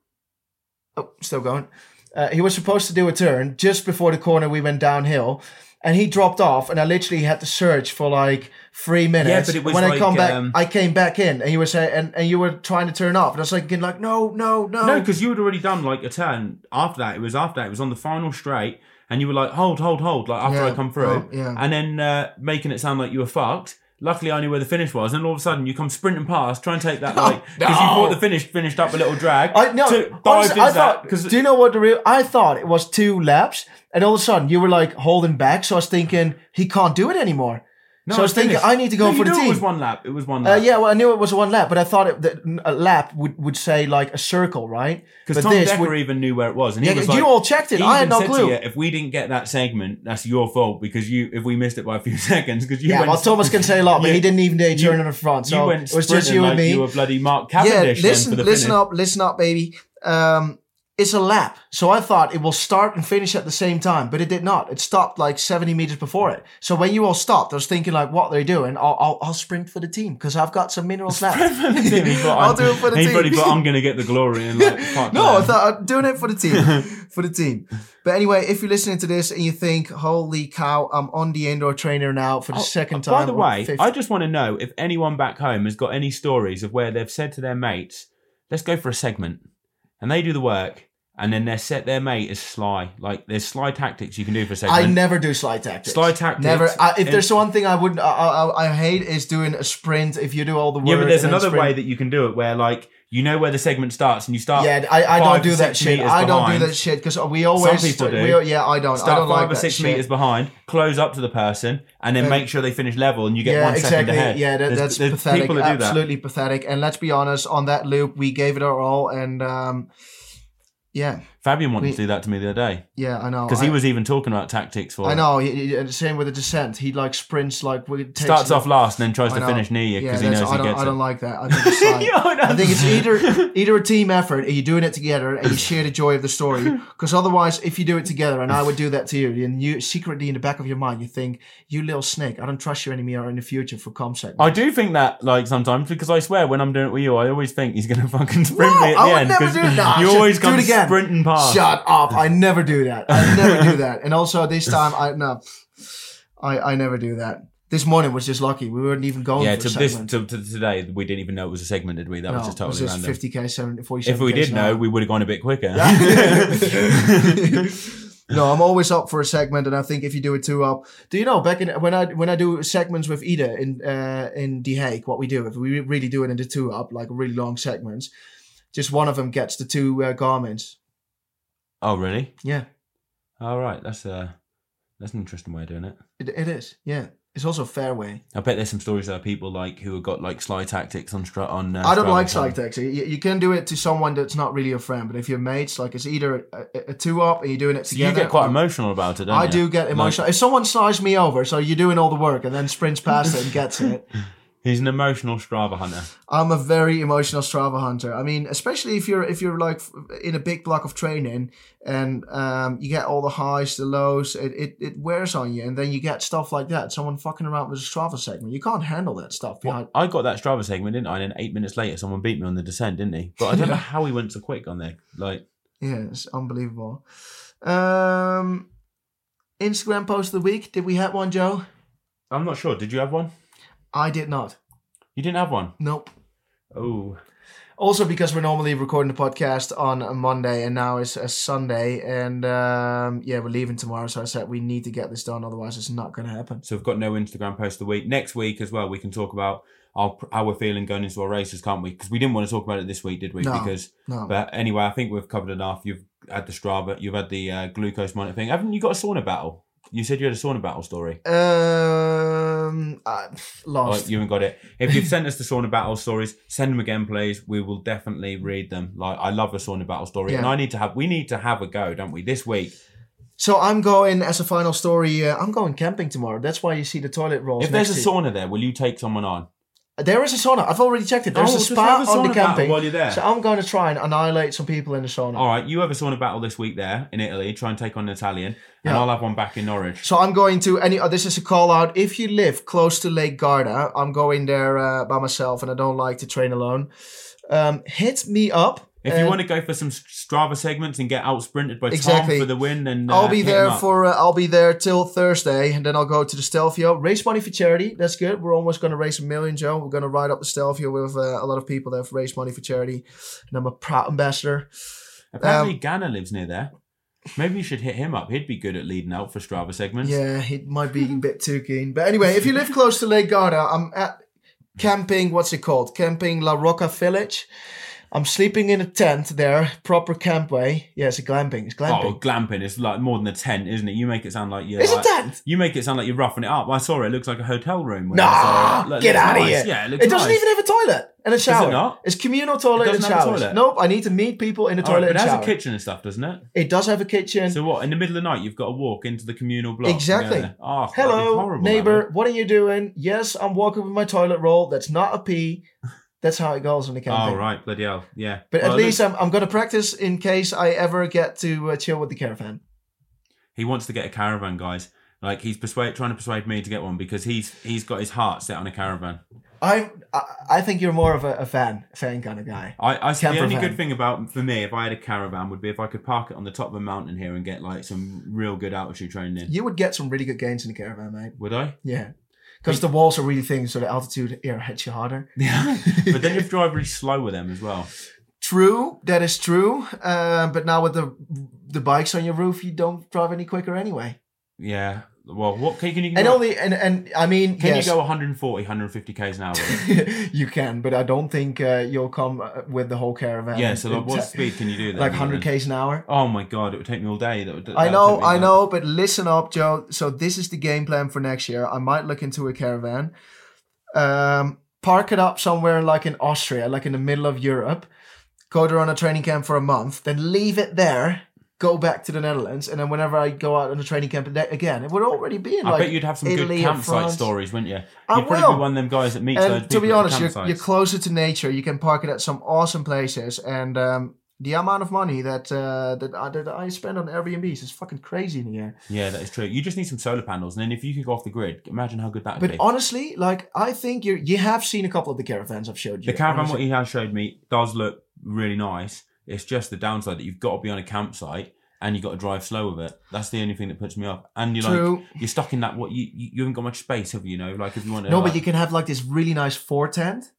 oh, still going. Uh, he was supposed to do a turn just before the corner we went downhill, and he dropped off, and I literally had to search for like three minutes. but it was when I like, come back, um, I came back in, and you were saying, and, and you were trying to turn off, and I was like, again, like no, no, no. No, because you had already done like a turn after that. It was after that. It was on the final straight, and you were like, hold, hold, hold, like after Yeah, I come through, oh, yeah. and then uh, making it sound like you were fucked. Luckily, I knew where the finish was, and all of a sudden, you come sprinting past, try and take that like because you no. thought the finish finished up a little drag. I no. to dive honestly, I into that, thought. Do you know what the real? I thought it was two laps, and all of a sudden you were like holding back. So I was thinking he can't do it anymore. no, so I was it thinking finished. I need to go No, for you the knew It team. was one lap. It was one Uh, lap. yeah, well, I knew it was one lap, but I thought it, that a lap would, would say like a circle, right? because but Tom this Decker would- even knew where it was, and he Yeah, was like, you all checked it. He I had even no said to clue. you, if we didn't get that segment, that's your fault because you if we missed it by a few seconds because you Yeah, went well, Thomas can say a lot, but You- he didn't even do a you- turn in the front, you so went it was just sprinting you like and me. you were bloody Mark Cavendish yeah, then listen, for the listen finish. up, listen up, baby. Um, it's a lap, so I thought it will start and finish at the same time, but it did not. It stopped like seventy meters before it. So when you all stopped, I was thinking like, what they're doing? I'll, I'll, I'll sprint for the team because I've got some minerals left. Tim, he thought, I'll I'm- do it for the he team. probably thought, I'm going to get the glory and like fuck no, I that. thought I'm doing it for the team, for the team. But anyway, if you're listening to this and you think, "Holy cow, I'm on the indoor trainer now for the Oh, second time." By the or way, fifth- I just want to know if anyone back home has got any stories of where they've said to their mates, "Let's go for a segment," and they do the work, and then they're set their mate is sly. Like there's sly tactics you can do for a segment. I never do slide tactics. Sly tactics. Never. I, if is- there's one thing I wouldn't, I, I, I hate is doing a sprint. If you do all the work, Yeah, but there's and then another sprint. way that you can do it where like you know where the segment starts and you start Yeah, I, I five don't do to that six shit. meters I don't behind. do that shit because we always. people do. we- yeah, I don't. I start don't five like or that six shit. meters behind, close up to the person, and then Yeah. make sure they finish level and you get yeah, one second exactly. ahead. Yeah, that, There's- that's there's pathetic. People that do that. Absolutely pathetic. And let's be honest, on that loop, we gave it our all, and um, yeah, Fabian wanted We- to do that to me the other day yeah, I know. because I, he was even talking about tactics for. I it. know. He, he- and the same with the descent. He like sprints like we takes Starts off last and then tries I to know. finish near you Yeah, because he that's- knows I he don't. gets I it. don't like that. I think it's like, Yeah, I know. I think it's either either a team effort, and you're doing it together, and you share the joy of the story. Because otherwise, if you do it together, and I would do that to you, and you secretly in the back of your mind, you think, "You little snake, I don't trust you anymore in the future for comsec." I do think that, like sometimes, because I swear when I'm doing it with you, I always think he's gonna fucking sprint No, me at I the would end never do- Nah, you shit, always do it come again. sprinting past. Shut up! I never do that. I never do that. And also this time, I no, I I never do that. This morning was just lucky. We weren't even going. yeah, for to a this segment. to, to today, we didn't even know it was a segment, did we? That no, was just it totally was just random. 50k, 70, 47 If we did know, we would have gone a bit quicker. no, I'm always up for a segment, and I think if you do it too up, do you know back in when I when I do segments with Ida in uh, in The Hague, what we do if we really do it into two up, like really long segments, just one of them gets the two uh, garments. oh, really? Yeah, All right, that's uh that's an interesting way of doing it. it, it is. Yeah, it's also fair way. I bet there's some stories there of people like who have got like sly tactics on str on. Uh, I don't Strava like time. side taxi. You, you can do it to someone that's not really your friend, but if you're mates, like it's either a, a- a two up and you're doing it So you together. get quite or- emotional about it, don't I you? do get emotional. if someone slides me over, so you're doing all the work and then sprints past it and gets it. He's an emotional Strava hunter. I'm a very emotional Strava hunter. I mean, especially if you're if you're like f- in a big block of training and um, you get all the highs, the lows, it, it, it wears on you, and then you get stuff like that. Someone fucking around with a Strava segment, you can't handle that stuff. Behind. I got that Strava segment, didn't I? And then eight minutes later, someone beat me on the descent, didn't he? But I don't know how he went so quick on there. Like, Yeah, it's unbelievable. Um, Instagram post of the week. Did we have one, Joe? I'm not sure. Did you have one? I did not. You didn't have one. Nope. Oh, Also, because we're normally recording the podcast on a Monday and now it's a Sunday, and um, yeah, we're leaving tomorrow. So I said we need to get this done, otherwise, it's not going to happen. so we've got no Instagram post of the week. Next week as well, we can talk about our how we're feeling going into our races, can't we? Because we didn't want to talk about it this week, did we? No. Because No. But anyway, I think we've covered enough. You've had the Strava, you've had the uh, glucose monitor thing. Haven't you got a sauna battle? You said you had a sauna battle story. um, I lost. Like, you haven't got it. If you've sent us the sauna battle stories, send them again, please. We will definitely read them. Like I love a sauna battle story, Yeah. and I need to have. We need to have a go, don't we? This week, so I'm going as a final story. Uh, I'm going camping tomorrow. That's why you see the toilet rolls. if there's a next to- sauna there, will you take someone on? There is a sauna. I've already checked it. There's Oh, a just spa have on the sauna battle camping. while you're there. So I'm going to try and annihilate some people in the sauna. All right, you have a sauna battle this week there in Italy. Try and take on an Italian, and Yeah. I'll have one back in Norwich. So I'm going to any. Oh, this is a call out. If you live close to Lake Garda, I'm going there uh, by myself, and I don't like to train alone. Um, hit me up. If you uh, want to go for some Strava segments and get out sprinted by Exactly. Tom for the win, then uh, I'll be hit him there up. for uh, I'll be there till Thursday, and then I'll go to the Stelvio raise money for charity. That's good. We're almost going to raise a million, Joe. We're going to ride up the Stelvio with uh, a lot of people that have raised money for charity, and I'm a proud ambassador. um, Apparently, Ghana lives near there. Maybe you should hit him up. He'd be good at leading out for Strava segments. Yeah, he might be a bit too keen. But anyway, if you live close to Lake Garda, I'm at camping, what's it called? Camping La Roca Village. I'm sleeping in a tent there, proper campway. Yeah, it's a glamping. It's glamping. Oh, glamping is like more than a tent, isn't it? You make it sound like you're. it's like, a tent. You make it sound like you're roughing it up. I saw it. It looks like a hotel room. when Nah, I saw it. Look, it get looks outta nice. here. Yeah, it, looks It doesn't nice. even have a toilet and a shower. not? It's communal toilet It and doesn't have a showers. toilet? Nope, I need to meet people in the All right, toilet but it and has shower. a kitchen and stuff, doesn't it? It does have a kitchen. So what? In the middle of the night, you've got to walk into the communal block. and go Exactly. there. Oh, that'd be Hello, horrible, that neighbor. would. What are you doing? Yes, I'm walking with my toilet roll. That's not a pee. That's how it goes on the camping. Oh right, bloody hell. Yeah. But at Well, it looks- least I'm, I'm going to practice in case I ever get to uh, chill with the caravan. he wants to get a caravan, guys. Like he's persuade, trying to persuade me to get one because he's he's got his heart set on a caravan. I I, I think you're more of a, a fan fan kind of guy. I, I the Camper only van. good thing about for me if I had a caravan would be if I could park it on the top of a mountain here and get like some real good altitude training in. You would get some really good gains in the caravan, mate. Would I? Yeah, because the walls are really thin, so the altitude air hits you harder. Yeah. but then you have to drive really slow with them as well. True, that is true. Uh, but now with the the bikes on your roof, you don't drive any quicker anyway. Yeah. Well, what can, can you? And only and and I mean, can yes, you go 140, 150 k's an hour? you can, but I don't think uh, you'll come uh, with the whole caravan. yeah. So like, what It's, uh, speed can you do? Then, Like 100 k's an hour. Oh my god, it would take me all day. That would, that I would know, take me I like- know, but listen up, Joe. So this is the game plan for next year. I might look into a caravan, um, park it up somewhere like in Austria, like in the middle of Europe. Go there on a training camp for a month, then leave it there. Go back to the Netherlands, and then whenever I go out on a training camp ag- again, it would already be in I like bet you'd have some Italy good or campsite France. stories, wouldn't you? You'd I probably will. be one of them guys that meets those and to people be honest, at the you're, you're campsites. closer to nature. You can park it at some awesome places, and um, the amount of money that uh, that, I, that I spend on Airbnbs is fucking crazy in a year. Yeah, that is true. You just need some solar panels, and then if you could go off the grid, imagine how good that would But be. honestly, like I think you you have seen a couple of the caravans I've showed you. the caravan what honestly. he has showed me does look really nice. It's just the downside that you've got to be on a campsite and you've got to drive slow with it. That's the only thing that puts me off. And you're like, True. you're stuck in that. What you you, you haven't got much space, have you? you know, like if you want to. no, like, but you can have like this really nice four tent,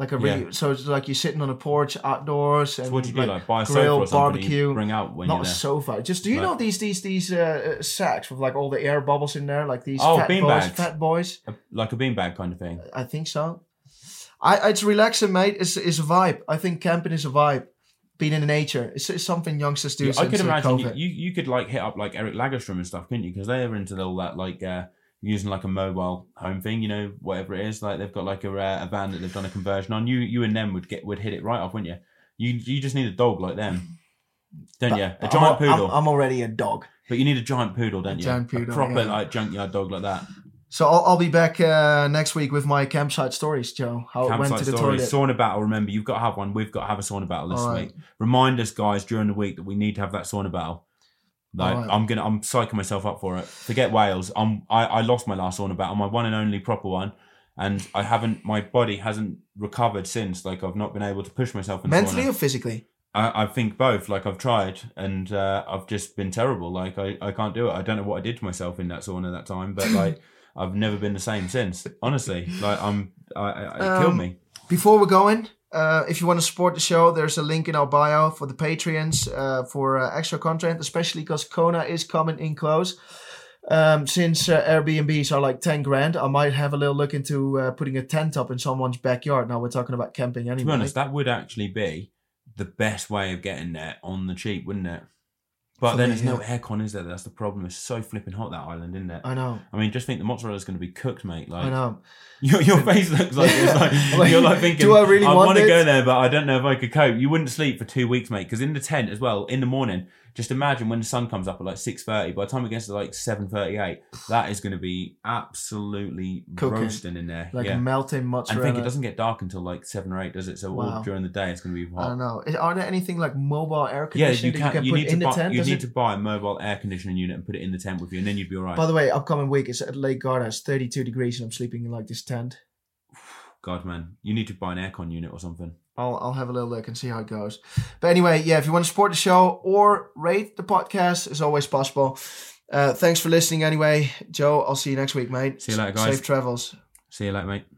like a really so it's like you're sitting on a porch outdoors and so what do you do? Like, buy a sofa grill, or something barbecue, you bring out when not you're a there. sofa. Just do you Right. know these these these uh, uh, sacks with like all the air bubbles in there, like these Oh, fat bean boys, bags. fat boys. A- like a beanbag kind of thing. I think so. I it's relaxing, mate. It's it's a vibe. I think camping is a vibe. Being in nature, it's, it's something youngsters do. Yeah, I since could uh, imagine you, COVID. you, you could like hit up like Eric Lagerstrom and stuff, couldn't you? Because they're into all that like uh, using like a mobile home thing, you know, whatever it is. Like they've got like a uh, a van that they've done a conversion on. You you and them would get would hit it right off, wouldn't you? You you just need a dog like them, don't But- you? A but I'm giant al- I'm- poodle, I'm already a dog. but you need a giant poodle, don't A you? giant poodle, a proper yeah. like junkyard dog like that. So I'll, I'll be back uh, next week with my campsite stories, Joe. How it went Campsite to the story, toilet. sauna battle. Remember, you've got to have one. We've got to have a sauna battle this All week. right. Remind us, guys, during the week that we need to have that sauna battle. Like All right. I'm gonna, I'm psyching myself up for it. Forget Wales. I'm, I, I lost my last sauna battle, my one and only proper one, and I haven't. My body hasn't recovered since. Like I've not been able to push myself in the Mentally sauna. or physically? I, I think both. Like I've tried, and uh, I've just been terrible. Like I, I can't do it. I don't know what I did to myself in that sauna that time, but like. I've never been the same since. Honestly, like I'm, I, I, it killed Um, me. Before we're going, uh, if you want to support the show, there's a link in our bio for the Patreons uh, for uh, extra content, especially because Kona is coming in close. Um, since uh, Airbnbs are like 10 grand, I might have a little look into uh, putting a tent up in someone's backyard. Now we're talking about camping anyway. To be honest, that would actually be the best way of getting there on the cheap, wouldn't it? But For then me, there's no aircon, is there? That's the problem. It's so flipping hot that island, isn't it? I, I know. mean, just think the mozzarella's going to be cooked, mate. I Like know. your your face looks like, it's like Like, you're like thinking. do I really want to this?" go there? But I don't know if I could cope. You wouldn't sleep for two weeks, mate, because in the tent as well in the morning. Just imagine when the sun comes up at like six thirty. By the time it gets to like seven thirty-eight, that is going to be absolutely Cooking. roasting in there. Like yeah, melting and I mozzarella. think it doesn't get dark until like seven or eight, does it? So Wow. all during the day, it's going to be I hot. don't know. Is- Are there anything like mobile air Yeah, conditioning that you you can. can You put need to in the buy. tent? You Does need it- to buy a mobile air conditioning unit and put it in the tent with you, and then you'd be all right. By the way, upcoming week is at Lake Gardas, 32 degrees, and I'm sleeping in like this tent. God, man, you need to buy an aircon unit or something. I'll, I'll have a little look and see how it goes. But anyway, yeah, if you want to support the show or rate the podcast, is always possible. Uh, thanks for listening anyway. Joe, I'll see you next week, mate. See you later, guys. Safe travels. See you later, mate.